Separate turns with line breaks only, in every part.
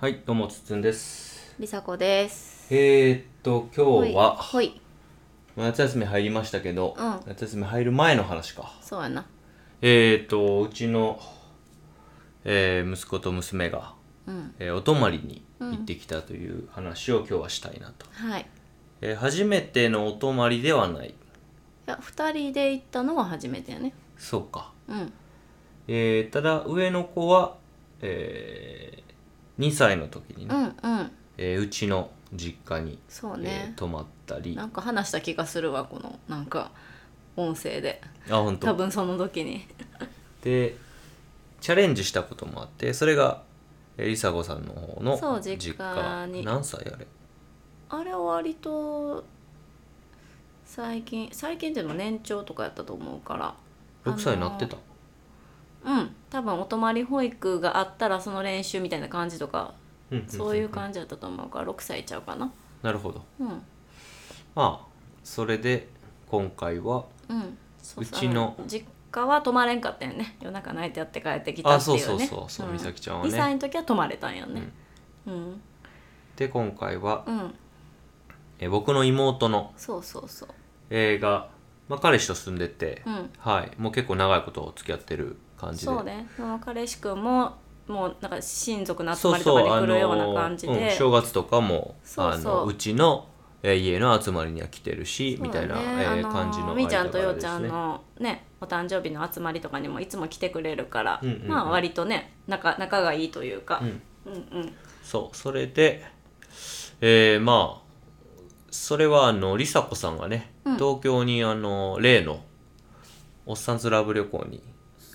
はい、どうも、つっつんです。
りさこです
えー、っと、今日は、
ほいほい
夏休み入りましたけど、
うん
夏休み入る前の話か。
そうやな
えー、っと、うちの、えー息子と娘が、
うん
えーお泊まりに行ってきたという話を今日はしたいなと。
はいい
えー初めてのお泊まりではない。
や2人で行ったのは初めてやね
そうか。
うん
えー、ただ、上の子は、え2歳の時にね、
う
うん
うん
えーうちの実家に、
そう
えー
ね、
泊まったり
な。んか話した気がするわこのなんか音声で
あ、本当
多。分その時に
でチャレンジしたこともあってそれがえーりさごさんの方の
そう実家に
何歳あれ
あれは割と最近最近っていうのも年長とかやったと思うから
6歳になってた、
うん多分お泊まり保育があったらその練習みたいな感じとか
うんうん
そういう感じだったと思うから6歳ちゃうかな
なるほど
うん
まあそれで今回は
うん、そうう
ちの
あ実家は泊まれんかったよね夜中泣いてやって帰ってきた
あ
ってい
そうう
ね
そうそうそう美咲ちゃんはね
2歳の時は泊まれたんよねうん、
で今回は
う、ん
えー僕の妹の
そうそうそう
映画、まあ、彼氏と住んでて、
うん
はいもう結構長いこと付き合ってる感じで
そうねその彼氏くんももうなんか親族の集
そう
まりとか
そう
に
あ
来るような
の
感じで、
うん、正月とかも
そうそう
あのうちの、えー家の集まりには来てるし、みたいな、
そうだ
え
ね
ー
あの
感じの
みーちゃんとよ
間柄
うちゃん
ですね
のねお誕生日の集まりとかにもいつも来てくれるから、
うんうんうん
まあ割とね仲仲がいいというか、
うん
うん、うん
そうそれでえー、まあそれはあの梨紗子さんがね、
うん
東京にあの例のおっさんずラブ旅行に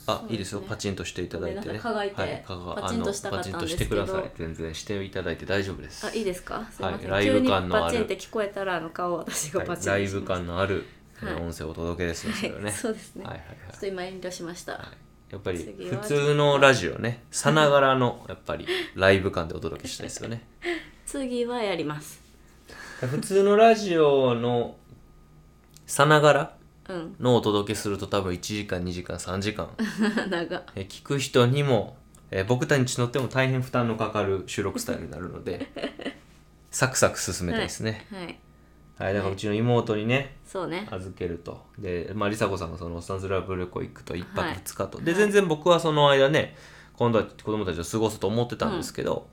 あ、
そうですね
いいですよパチンとしていただいて
ごめん
ね
なさい蚊がいて
はい、蚊が
パチンとしたかったんですけど
あのパチンとしてください全然していただいて大丈夫です
あいいですかすいません、
はいライブ感のある
急にパチンって聞こえたらあの顔を 私が
はい
パチン
ラ
と
イ
し
ブ
ま
感のある、えー
はい
音声をお届けですよそれはね、
すはい、そうですね、
はいはい
ちょっと今遠慮しました、
はいやっぱり
次
普
は
通のラジオねさながらのやっぱりライブ感でお届けしたいですよね
次はやります
普通のラジオのさながら
うん
のお届けすると多分1時間2時間3時間
長
え聞く人にもえ僕たちにとっても大変負担のかかる収録スタイルになるのでサクサク進めたいですね、
はい
はいだからうちの妹にね
そうね
預けるとでまあ梨紗子さんがそのおっさんずラブ旅行行くと1泊
はい
2日と、で全然僕はその間ね今度は子供たちと過ごすと思ってたんですけど、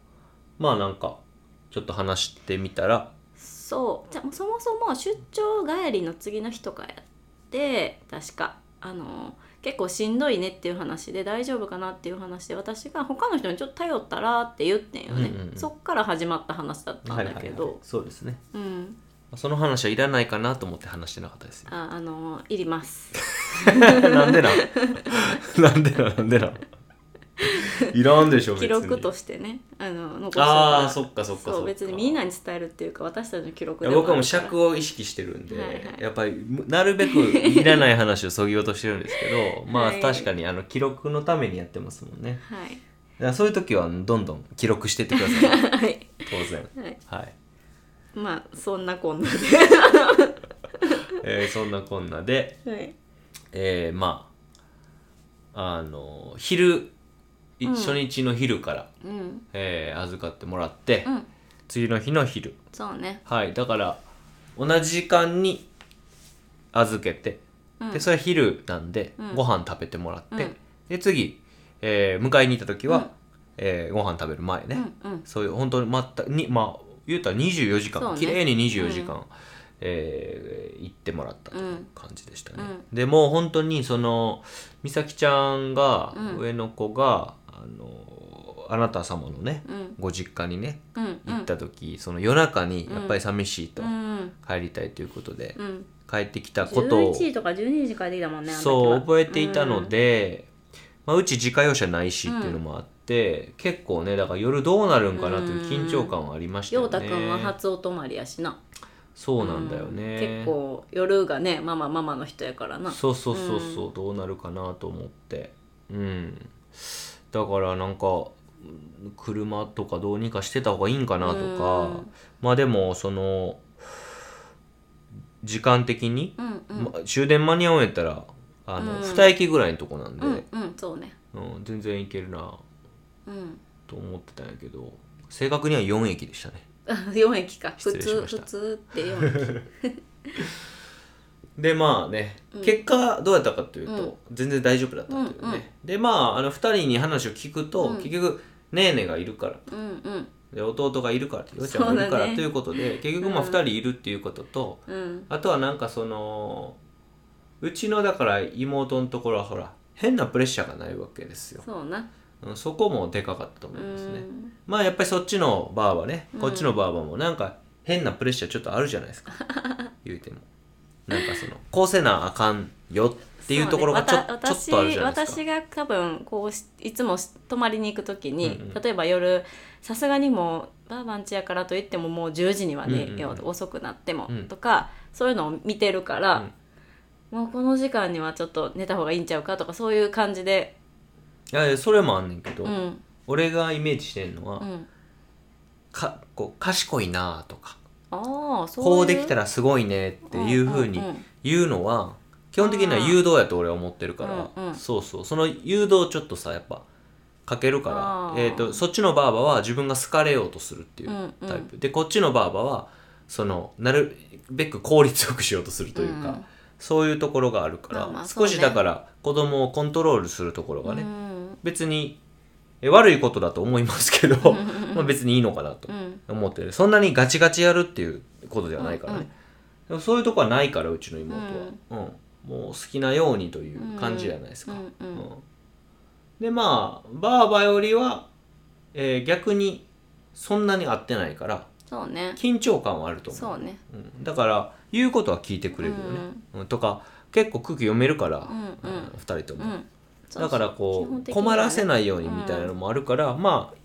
まあなんかちょっと話してみたら
そうじゃあそもそも出張帰りの次の日とかやって確かあの結構しんどいねっていう話で大丈夫かなっていう話で私が他の人にちょっと頼ったらって言ってんよね、
うんうんうん
そっから始まった話だったんだけど、
そうですね
うん
その話はいらないかなと思って話してなかったですよ
ああのいります
なんでなんなん でなんなんでなんいらんでしょ別
記
に
録としてねあの残して
ああそっかそっかそっか
そう別にみんなに伝えるっていうか私たちの記録
いや僕はもう
あるから
尺を意識してるんで、
はいはい
やっぱりむなるべくいらない話をそぎ落としてるんですけど、まあ
はい
確かにあの記録のためにやってますもんね
はい
だからそういう時はどんどん記録してってください
はい、
当然
はい、
はい、
まあそんなこんな
えーそんなこんなで
で、はい、
えーまああの昼、い初日の昼から、
うん
えー預かってもらって、
うん
次の日の昼
そうね
はいだから同じ時間に預けて、
うん
でそれは昼なんで、
うん
ご飯食べてもらって、
うん
で次、えー迎えに行った時は、
うん
えーご飯食べる前ね、
うんうん
そういう本当に全くにまあ言うたら24時
そう
間
ね
綺麗、に24時間、えー行ってもらったという感じでしたね、
う
でもう本当にその美咲ちゃんが、
うん
上の子があのあなた様のね
うん
ご実家にね
うんうん
行った時、その夜中にやっぱり寂しいと、
うん
帰りたいということで、
うん
帰ってきたこと
11
を
時とか12時からできたもんねあの時は
そう覚えていたので、うまあ、うち自家用車ないしっていうのもあって、結構ねだから夜どうなるんかなという緊張感はありました
陽
よね
太くんは初お泊まりやしな
そうなんだよね、
うん結構夜がねママママの人やからな
そうそうそうそう、どうなるかなと思ってうんだからなんかうん車とかどうにかしてた方がいいんかなとか、
うん
まあでもその時間的に、
うんうん
ま終電間に合うんやったらあの、
うん
2駅ぐらいのとこなんで、
うんうんそうね
うん、全然いけるな
うん
と思ってたんやけど正確には4駅でしたね
あ4駅 か普
失礼し
通
ました
普通って4駅
でまあね、
うん
結果どうやったかというと、全然大丈夫だったというね、
うんうん
でまああの2人に話を聞くと、
うん
結局ネーネがいるから
うん
で弟がいるからヨウちゃんがいるか
そう
ら、
だね
ということで結局まあ
うん
2人いるっていうことと、
うんうん
あとはなんかそのうちのだから妹のところはほら変なプレッシャーがないわけですよ
そうな
うんそこもでかかったと
う
思いますね
ん
まあやっぱりそっちのバーはね
うん
こっちのバーバもなんか変なプレッシャーちょっとあるじゃないです か言うてもなんかそのこうせなあかんよっていうところがちょ,、
そうねわ
ち
た
ょっとあるじゃないですか
私私が多分こうしいつもし泊まりに行く時に、
うんうん
例えば夜さすがにもうバーバンチやからといってももう10時には
うん
ね
う、んうん
よ遅くなっても、
うん
とかそういうのを見てるから、もうこの時間にはちょっと寝た方がいいんちゃうかとかそういう感じで
いやいやそれもあんねんけど、
うん
俺がイメージしてんのは、
うん
かこう賢いなあとか
ああそういう
こうできたらすごいねっていうふうに
んんん
言うのは基本的には誘導やと俺は思ってるから、
うんうん
そうそうその誘導をちょっとさやっぱかけるか
あ
ら、え
ー
ー、とそっちのバーバは自分が好かれようとするっていう
うんうん
タイプ、でこっちのバーバはそのなるべく効率よくしようとするというか、
うん
そういうところがあるから、
まあまあそう
少
ね
しだから子供をコントロールするところがね、
うん
別にえ悪いことだと思いますけ ど、
うんうんうん
まあ別にいいのかなと
うん
思ってるそんなにガチガチやるっていうことではないからね、
うんうん
でもそういうとこはないからうちの妹は、うんもう好きなようにという感じじゃないですか、
うんうん
うんでまあばあばよりは、えー逆にそんなに合ってないから
そうね
緊張感はあると思う
そうね
うんだから言うことは聞いてくれるよね、うんとか結構空気読めるから、
うんうん
2人とも、
うん
だからこ
基
う
本的にはね
困らせないようにみたいなのもあるから、まあ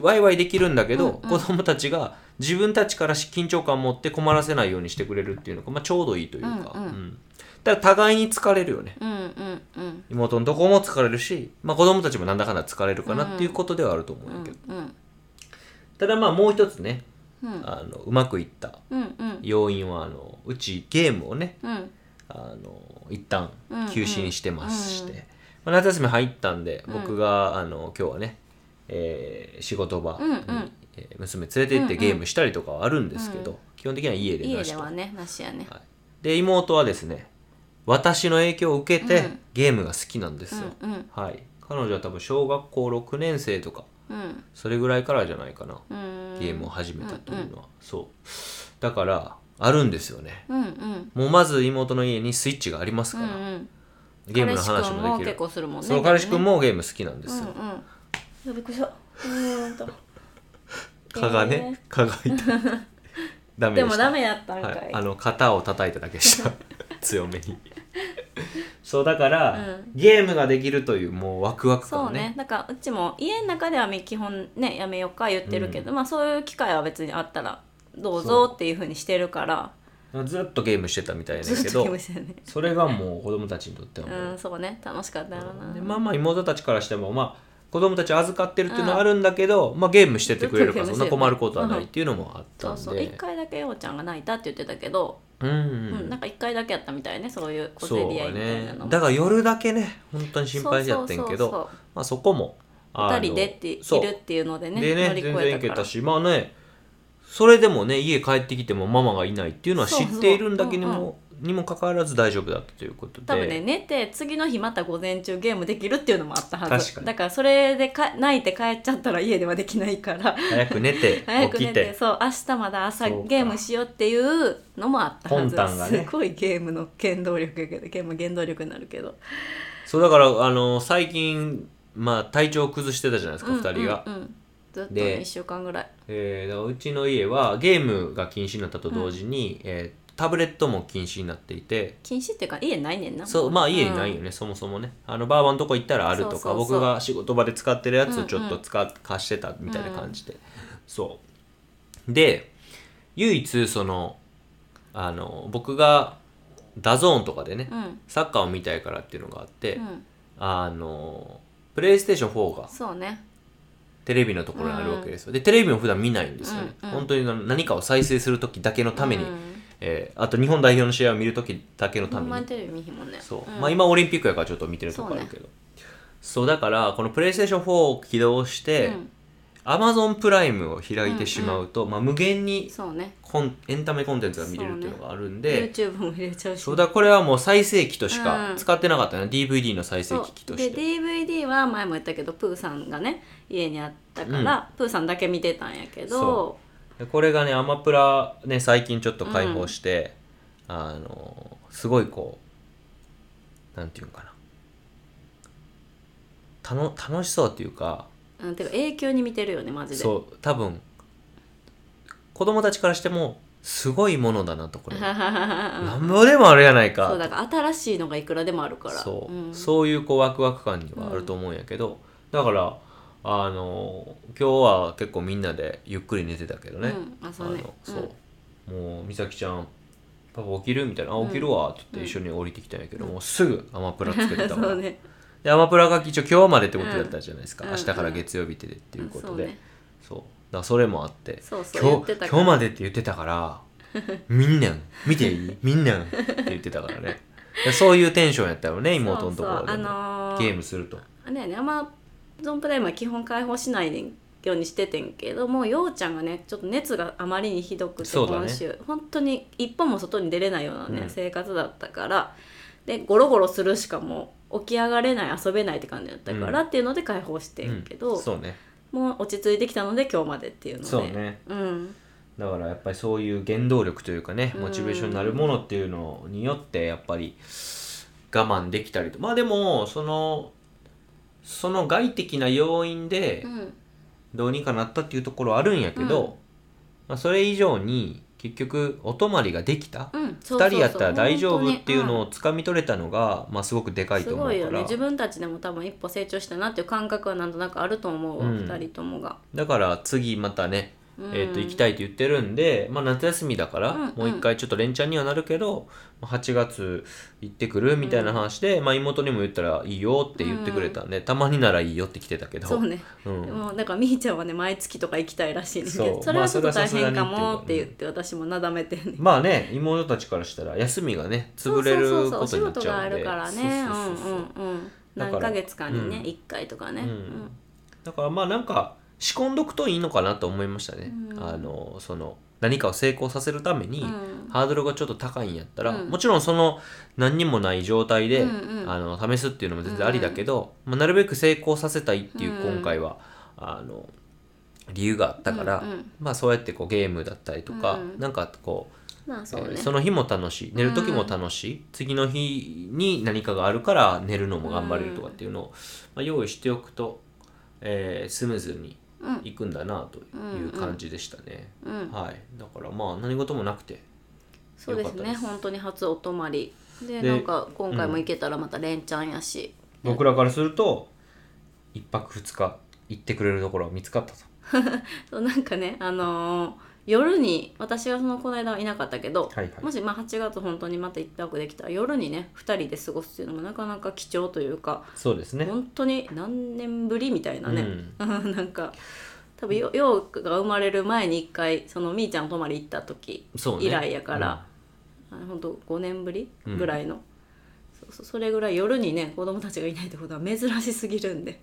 ワイワイできるんだけど、
うんう
子
ん
供たちが自分たちからし緊張感を持って困らせないようにしてくれるっていうのが、まあ、ちょうどいいというか、
うんうん
ただ互いに疲れるよね
うんうんうん
妹のとこも疲れるし、まあ、子供たちもなんだかんだ疲れるかなっていうことではあると思うんだけど、
うん
ただまあもう一つね
うん
あのうまくいった
うんうん
要因はあのうちゲームをね
うん
あの一旦
うんうん
休止にしてまして、
うん
まあ、夏休み入ったんで
うん
僕が、あの今日はね、えー仕事場に、
うんうん
えー娘連れて行って
うんうん
ゲームしたりとかはあるんですけど、
う
基本的には家で
家
なし
で
と
はねなしやね
はいで妹はですね私の影響を受けて、
うん
ゲームが好きなんですよ、
うんうん
はい彼女は多分小学校6年生とか
うん
それぐらいからじゃないかな、
うん
ゲームを始めたというのは、そうだからあるんですよね
うんうん
もうまず妹の家にスイッチがあります
う
から、
んうん
ゲームの話
彼氏君
もでき
結
る
構するもんね
そう彼氏
ゲー
君
ムね
もゲーム好きなんですよ、
うんうんいやびっくりしたうーんと
蚊がね蚊 がいたダメ
で
で
も
した
ダメやったんか
はいい、あの肩を叩いただけで した強めにそうだから、
うん
ゲームができるというもうワクワク
そ
感
う
ね
ねだからうちも家の中では基本ねやめようか言ってるけど、まあそういう機会は別にあったらどうぞっていうふうにしてるから
ずっとゲームしてたみたいだ
ず
け
っと
ど
気持ちだよね
それがもう子供たちにとってはも
う、
うん
そうね楽しかったやろな、
でまあまあ妹たちからしてもまあ子供たち預かってるっていうのはあるんだけど、まあ、ゲームしててくれるから
ず
そ
っ
ん
と
な
ゲームして
困る
る
ことはないっていうのもあった
そ
ん
う
で
そう1回だけようちゃんが泣いたって言ってたけど、
うん
う
うんん、
なんか1回だけやったみたいねそういう小
そ
競
う
り合いみたい
ね
なのも
だから夜だけね本当に心配しちゃってんけ
そうそう
ど
そう
まあそこも
そう
あ
2人でっている
そう
っていうのでね
でね
乗り越
全然
え
行
た
け
から
たしまあねそれでもね家帰ってきてもママがいないっていうのは知っているんだけに
そうそう
もにもかかわらず大丈夫だったということで
多分ね寝て次の日また午前中ゲームできるっていうのもあったはず
確かに
だからそれでか泣いて帰っちゃったら家ではできな いから
早く寝て
早
起
く
き
寝
て
てそう明日まだ朝
そうか
ゲームしようっていうのもあったはず
魂胆がね
すごいゲームの原動力やけどゲーム原動力になるけど
そうだからあの最近まあ体調を崩してたじゃないですか、
うん
2人が、
うんうんずっと
で
1週間ぐらい
えーだからうちの家はゲームが禁止になったと同時に、えータブレットも禁止になっていて
禁止っていうか家ないねんな
そうまあ家にないよ
ん
ね、そもそもねあのバーバーのとこ行ったらあるとか
そうそうそ
僕
う
が仕事場で使ってるやつをちょっと使、貸してたみたいな感じで、そうで唯一そのあの僕がダゾーンとかでね、
うん
サッカーを見たいからっていうのがあって、
うん
あのプレイステーション4が
そうね
テレビのところにあるわけですよ、でテレビも普段見ないんですよね、
うんうん
本当に何かを再生する時だけのために、
うん
えーあと日本代表の試合を見る時だけのた
ほ
め
んま
に
にテレビ見ひんもんね
そう、
ん
まあ今オリンピックやからちょっと見てるとこあるけどそう,、だからこのプレイステーション4を起動して、
うん
Amazon プライムを開いてしまうと、まあ、無限に
そうね
コンエンタメコンテンツが見れるっていうのがあるんで、
YouTube も入れちゃうし
そうだこれはもう最盛期としか
うん
使ってなかったね、DVD の最盛
そう
期機とし
で
て
DVD は前も言ったけどプーさんがね家にあったから、プーさんだけ見てたんやけど
そでこれがねアマプラね最近ちょっと開放して、あのすごいこうなんていうんかなたの楽しそうっていうか
うん、てか永久に見てるよねマジで
そう多分子供たちからしてもすごいものだなとこれなんぼでもあるやないか
そうだから新しいのがいくらでもあるから
そう,、
ん
そういうこうワクワク感にはあると思うんやけど、だからあの今日は結構みんなでゆっくり寝てたけどね、
うんあそうね
のそう、もう美咲ちゃん「パパ起きる?」みたいな「あ起きるわ」って言って一緒に降りてきたんやけど、もうすぐアマプラつけてた
そ
から
うね
でアマプラが一応今日までってことだったじゃないですか、
うん
明日から月曜日ってでっていうことで、
うんそうね
そうだからそれもあって
そうそ
今
う言
日
ってたか
今
ら
日までって言ってたからみんなん見てい いみんなんって言ってたからねでそういうテンションやったよね妹のところでも
そうそうあのー
ゲームすると
あれやねアマゾンプライムは基本開放しないようにしててんけどもうようちゃんがねちょっと熱があまりにひどくて、
そうだね
今週本当に一歩も外に出れないようなね、
うん
生活だったからでゴロゴロするしかもう起き上がれない遊べないって感じだったから、っていうので開放してんけど、
うんそうね
もう落ち着いてきたので今日までっていうので
そうね
うん
だからやっぱりそういう原動力というかねモチベーションになるものっていうのによってやっぱり我慢できたりとまあでもそのその外的な要因で
うん
どうにかなったっていうところはあるんやけど、まあ、それ以上に結局お泊まりができた、
うん、そ
2
うそうそう
人やったら大丈夫っていうの
本
をつかみ取れたのが、まあ、すごくでか
当に
い
う
と
んす
思う
ご
か
いよね
ら
自分たちでも多分一歩成長したなっていう感覚はなんとなくあると思うわ、
う
二
ん
2人ともが、
だから次またね、
うん
えー、と行きたいと言ってるんで、まあ、夏休みだから、
うんうん
もう一回ちょっと連チャンにはなるけどまあ8月行ってくるみたいな話で、まあ、妹にも言ったらいいよって言ってくれたんで、たまにならいいよって来てたけど
そうね
うん
もうだからみーちゃんはね毎月とか行きたいらしいんだけ
そ
ど
う
それはちょっと
まあ
大
それは
変か
さすがに
も
っ
ってて
いう
言って私もなだめてんね
まあね妹たちからしたら休みがね 潰れる
そうそうそう
ことになっちゃうんで
お仕事があるからね
そうそうそうそう
うんうんうん
だから
何ヶ月間にね、
うん
一1回とかね、
う
うんん
だからまあなんか仕込んどくといいのかなと思いましたね、
うん
あのその何かを成功させるために、
うん
ハードルがちょっと高いんやったら、
うん
もちろんその何にもない状態で、
うんうん
あの試すっていうのも全然ありだけど、まあ、なるべく成功させたいっていう
うん
今回は、あの理由があったから、
うんうん
まあそうやってこうゲームだったりとか、
うん
なんかこう
まあそうね、
えーその日も楽しい寝る時も楽しい、次の日に何かがあるから寝るのも頑張れるとかっていうのを、まあ、用意しておくと、えースムーズに
うん
いくんだなという感じでしたね、
うん、
はいだからまあ何事もなくて
そうです
よかった
ね
です
本当に初お泊まりで
で
なんか今回も行けたらまた連チャンやし、
僕らからすると1泊2日行ってくれるところは見つかったと
そうなんかねあのー夜に私はそのこの間はいなかったけど、
はいはい
もしまあ8月本当にまた一泊できたら夜にね2人で過ごすっていうのもなかなか貴重というか
そうですね
本当に何年ぶりみたいなね、
う
なんか多分よようが生まれる前に一回そのみーちゃん泊まり行った時
そうね
以来やから、あの本当5年ぶりぐらいの、そうそうそれぐらい夜にね子供たちがいないってことは珍しすぎるんで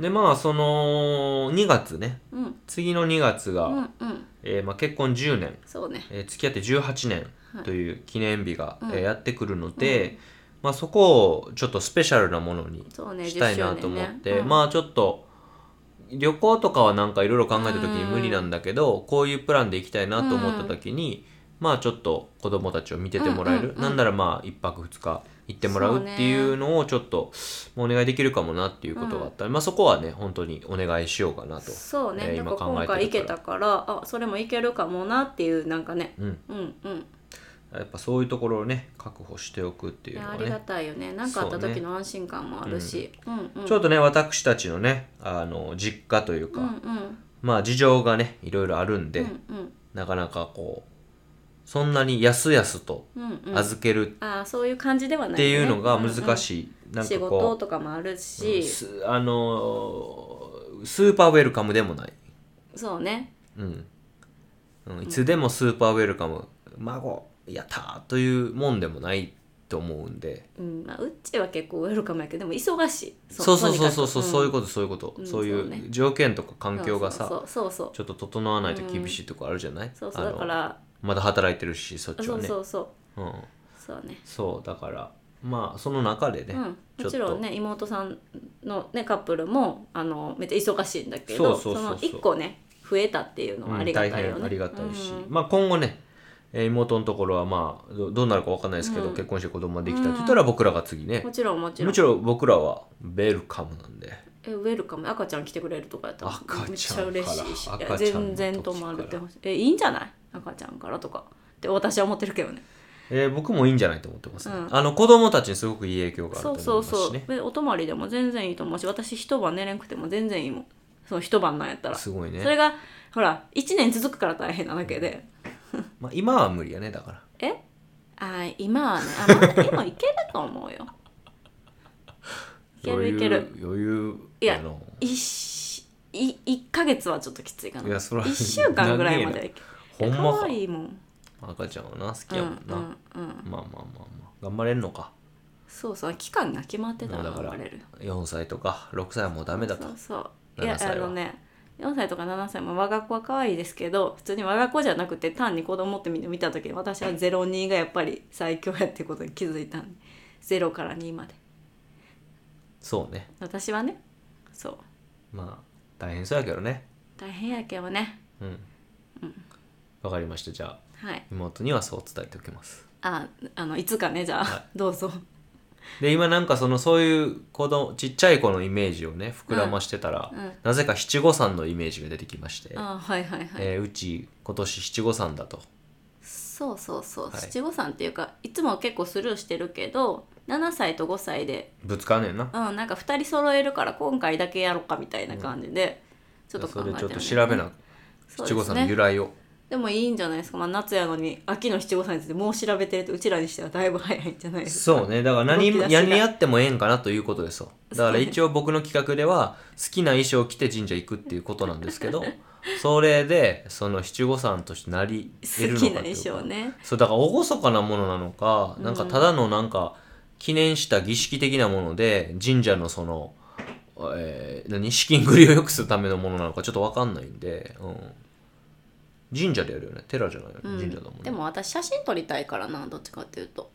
でまあその2月ね
うん
次の2月が、
うんうん
えーまあ、結婚10年
そうね
えー付き合って18年という記念日が、
うん
えーやってくるので、まあ、そこをちょっとスペシャルなものに
そうね
したいな
10
と
周年
思
ね
って、
うん
まあちょっと旅行とかはなんかいろいろ考えた時に無理なんだけど、こういうプランで行きたいなと思った時に、まあちょっと子供たちを見ててもらえる、
うんうんうん
なんならまあ1泊2日行ってもらうっていうのをちょっともうお願いできるかもなっていうことがあったり、まあそこはね本当にお願いしようかなと。
そうね、
えー
なん
今
か今
考え
回
てる
行け
から
たからあそれも行けるかもなっていうなんかね、
うん、
うんうん
やっぱそういうところをね確保しておくって
い
いうの
や
は
あ
ね
りがたいよねなんかあった
そうね
時の安心感もあるしう,、んうん
ちょっとね、私たちのね、あの、実家というか、
うんうん
まあ事情がね、いろいろあるんで、
うん
なかなかこう、そんなにやすやすと
うんうんうん
預ける
ああそういう感じではない、ね、
っていうのが難
い、
しい。
うん
なん
仕
か
事
こと
かもある
う、うん
し、
すあのースーパーウェルカムでもない。
そうね
うん。うんいつでもスーパーウェルカム、孫、やったーというもんでもないと思うんで
うんまあ、うっちは結構ウェルカムやけどでも忙しい
そうそうそうそう
と
そ
に
う
かく
そういうことそういうこと、
うん
そう
そう
い
ね
う条件とか環境がさ、
そうそうそうそう
ちょっと整わないと厳しいとこあるじゃない、
そう
あ
そう
の
だから
まだ働いてるしそっち
そ
は
う
ね
そうそう
うん、
そうね
そうだからまあその中でね、
うん、
ちょっ
も
と
ちろんね妹さんの、ね、カップルもあのめっちゃ忙しいんだけど
そうそうそうそう
の1個ね増えたっていうのはありがたいよ
うん
ね、
大変ありがたいし、
うん
まあ今後ねえー妹のところはまあどどうなるかわかんないですけど、
うん
結婚して子供ができたって言ったら僕らが次ね
も、ちろんもちろん
もちろん僕らはベルカムなんで
えウェルカム赤ちゃん来てくれるとかやったら
赤ちゃんから
めっちゃ嬉しいしいや
赤ちゃんの時
全然泊まるってほしいえいいんじゃない赤ちゃんからとかって私は思ってるけどね
えー僕もいいんじゃないと思ってますね、
うん
あの子供たちにすごくいい影響があ
そ
る
う
と
そ
思
う
います
そ
し
う、
ね
でお泊まりでも全然いいと思うし私一晩寝れんくても全然いいもんその一晩なんやったら、
すごい
それ
ね、
がほら1年続くから大変なだけで、
まあ、今は無理やねだから
えあ今はねあまだ今いけると思うよいけるいける
余裕余裕
いや
あの
一しい一ヶ月はちょっときついかない
やそら
1週間ぐらいまではいけ
ほん
る
ま
可
か
愛いもん
赤ちゃんはな好
う
き
んう
や
ん
もんな、
うん
まあまあまあまあ頑張れんのか
そうそう期間が決まってたら
だか
生
ら
まれるよ
4歳とか6歳はもうダメだと
そうそうい
7
や
歳は
あのね4歳とか7歳も我が子は可愛いですけど普通に我が子じゃなくて単に子供ってみんな見た時に私は02がやっぱり最強やってことに気づいたんで0から2まで
そうね
私はねそう
まあ大変そうやけどね
大変やけどね
うんわ、かりましたじゃあ
はい
妹にはそう伝えておきます
ああのいつかねじゃあ、
は
どうぞ
で今なんかそのそういう子供ちっちゃい子のイメージをね膨らましてたら、
うんうん
なぜか七五三のイメージが出てきまして、
あはいはいはい、
えーうち今年七五三だと
そうそうそう、
はい
七五三っていうかいつも結構スルーしてるけど7歳と5歳で、
ぶつかんねんな
うん、なんか2人揃えるから今回だけやろうかみたいな感じで、ちょっと考
そ
えて
れ
る
ちょっと調べな
そ
七
うで
五
す
三の由
ね
来を
でもいいんじゃないですか、まあ、夏やのに秋の七五三についてもう調べてるってうちらにしてはだいぶ早いんじゃないですか
そうねだから何
動き出しが
何やってもええんかなということですよだから一応僕の企画では好きな衣装を着て神社行くっていうことなんですけ どそれでその七五三としてなり得る
好
の
き
か
な
っていう
衣
か
装ね
そうだから厳かなものなのか、なんかただのなんか記念した儀式的なもので神社のその、えー何資金繰りを良くするためのものなのかちょっと分かんないんで、うん、神社でやるよね寺じゃないよね、
うん
神社だもんね
でも私写真撮りたいからなどっちかっていうと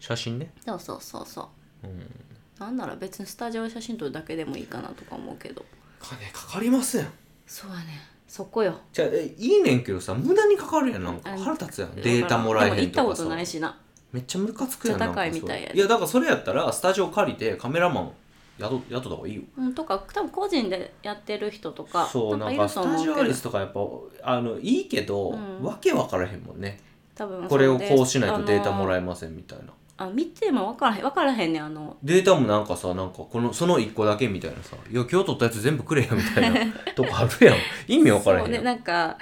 写真ね
そうそうそうそう、なんなら別にスタジオで写真撮るだけでもいいかなとか思うけど
金かかりません
そうやねそこよ
じゃあえいいねんけどさ無駄にかかるやんなんか
あ
腹立つやん
だ
デ
から
ータもらえへん
でも
と
行
か
った
さ
ことないしな
めっちゃムカつくやんなんか
めっちゃ高
それ
いみたいやで
いやだからそれやったらスタジオ借りてカメラマン雇雇った方がいいよ
うんとか多分個人でやってる人とか
そうなん
い
か
る
ス
と
タ
思う
ジ
け
オア
ど
リスとかやっぱあのいいけど、
ん
わけ分からへんもんね
多分
これをこうしないとデータもら
え
えませんみたいな
あのあ見ても分からへん分からへんねあの
データもなんかさなんかこのその1個だけみたいなさ「いや今日撮ったやつ全部くれよ」みたい なとこあるやん意味分からへん
そう
や
ね
ん
なんか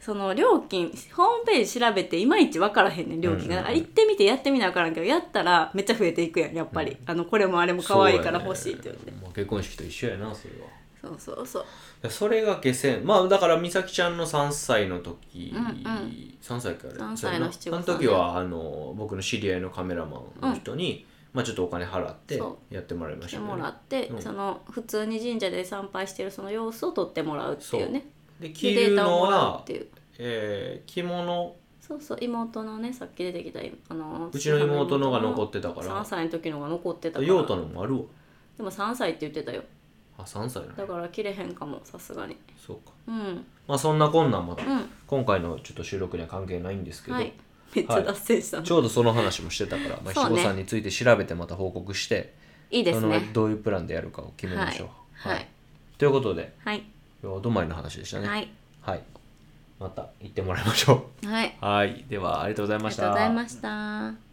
その料金ホームページ調べていまいち分からへんねん料金が、
うんうんうん
あ行ってみてやってみな分からんけどやったらめっちゃ増えていくやんやっぱり、あのこれもあれも可愛いから欲しいって言って
そうやねまあ結婚式と一緒やなそれは
そう,、そうそう
それが下船まあだから美咲ちゃんの3歳の時、
うんうん
3歳から
3歳の
そ
七
うやな
五三
あの時はあの僕の知り合いのカメラマンの人に、まあ、ちょっとお金払って
そ
やってもらいまし
来
てた
も
ね
らって、
うん
その普通に神社で参拝してるその様子を撮ってもらうっていうね
で着
でデ
る
ータ
の
をもらう
は
っ、ていう
えー着物
そうそう妹のねさっき出てきたあの
うちの妹のが残ってたから
3歳の時のが残ってたから
用途のもあるわ
でも3歳って言ってたよ
あ3歳な
だ
の
から切れへんかもさすがに
そうか
うんうん
まあそんなこんなんも今回のちょっと収録には関係ないんですけど、
はいめっちゃ脱線したの、
ちょうどその話もしてたから、まあ、
そう
七
ね
五三について調べてまた報告して
い、いです
その
ね
どういうプランでやるかを決めましょう、
はいはい
ということで
はい
お泊まりの話でしたね
は
はい、
い
また行ってもらいましょ
はいあ
うはいではありがとうございま
り
し
がとう
た
ございました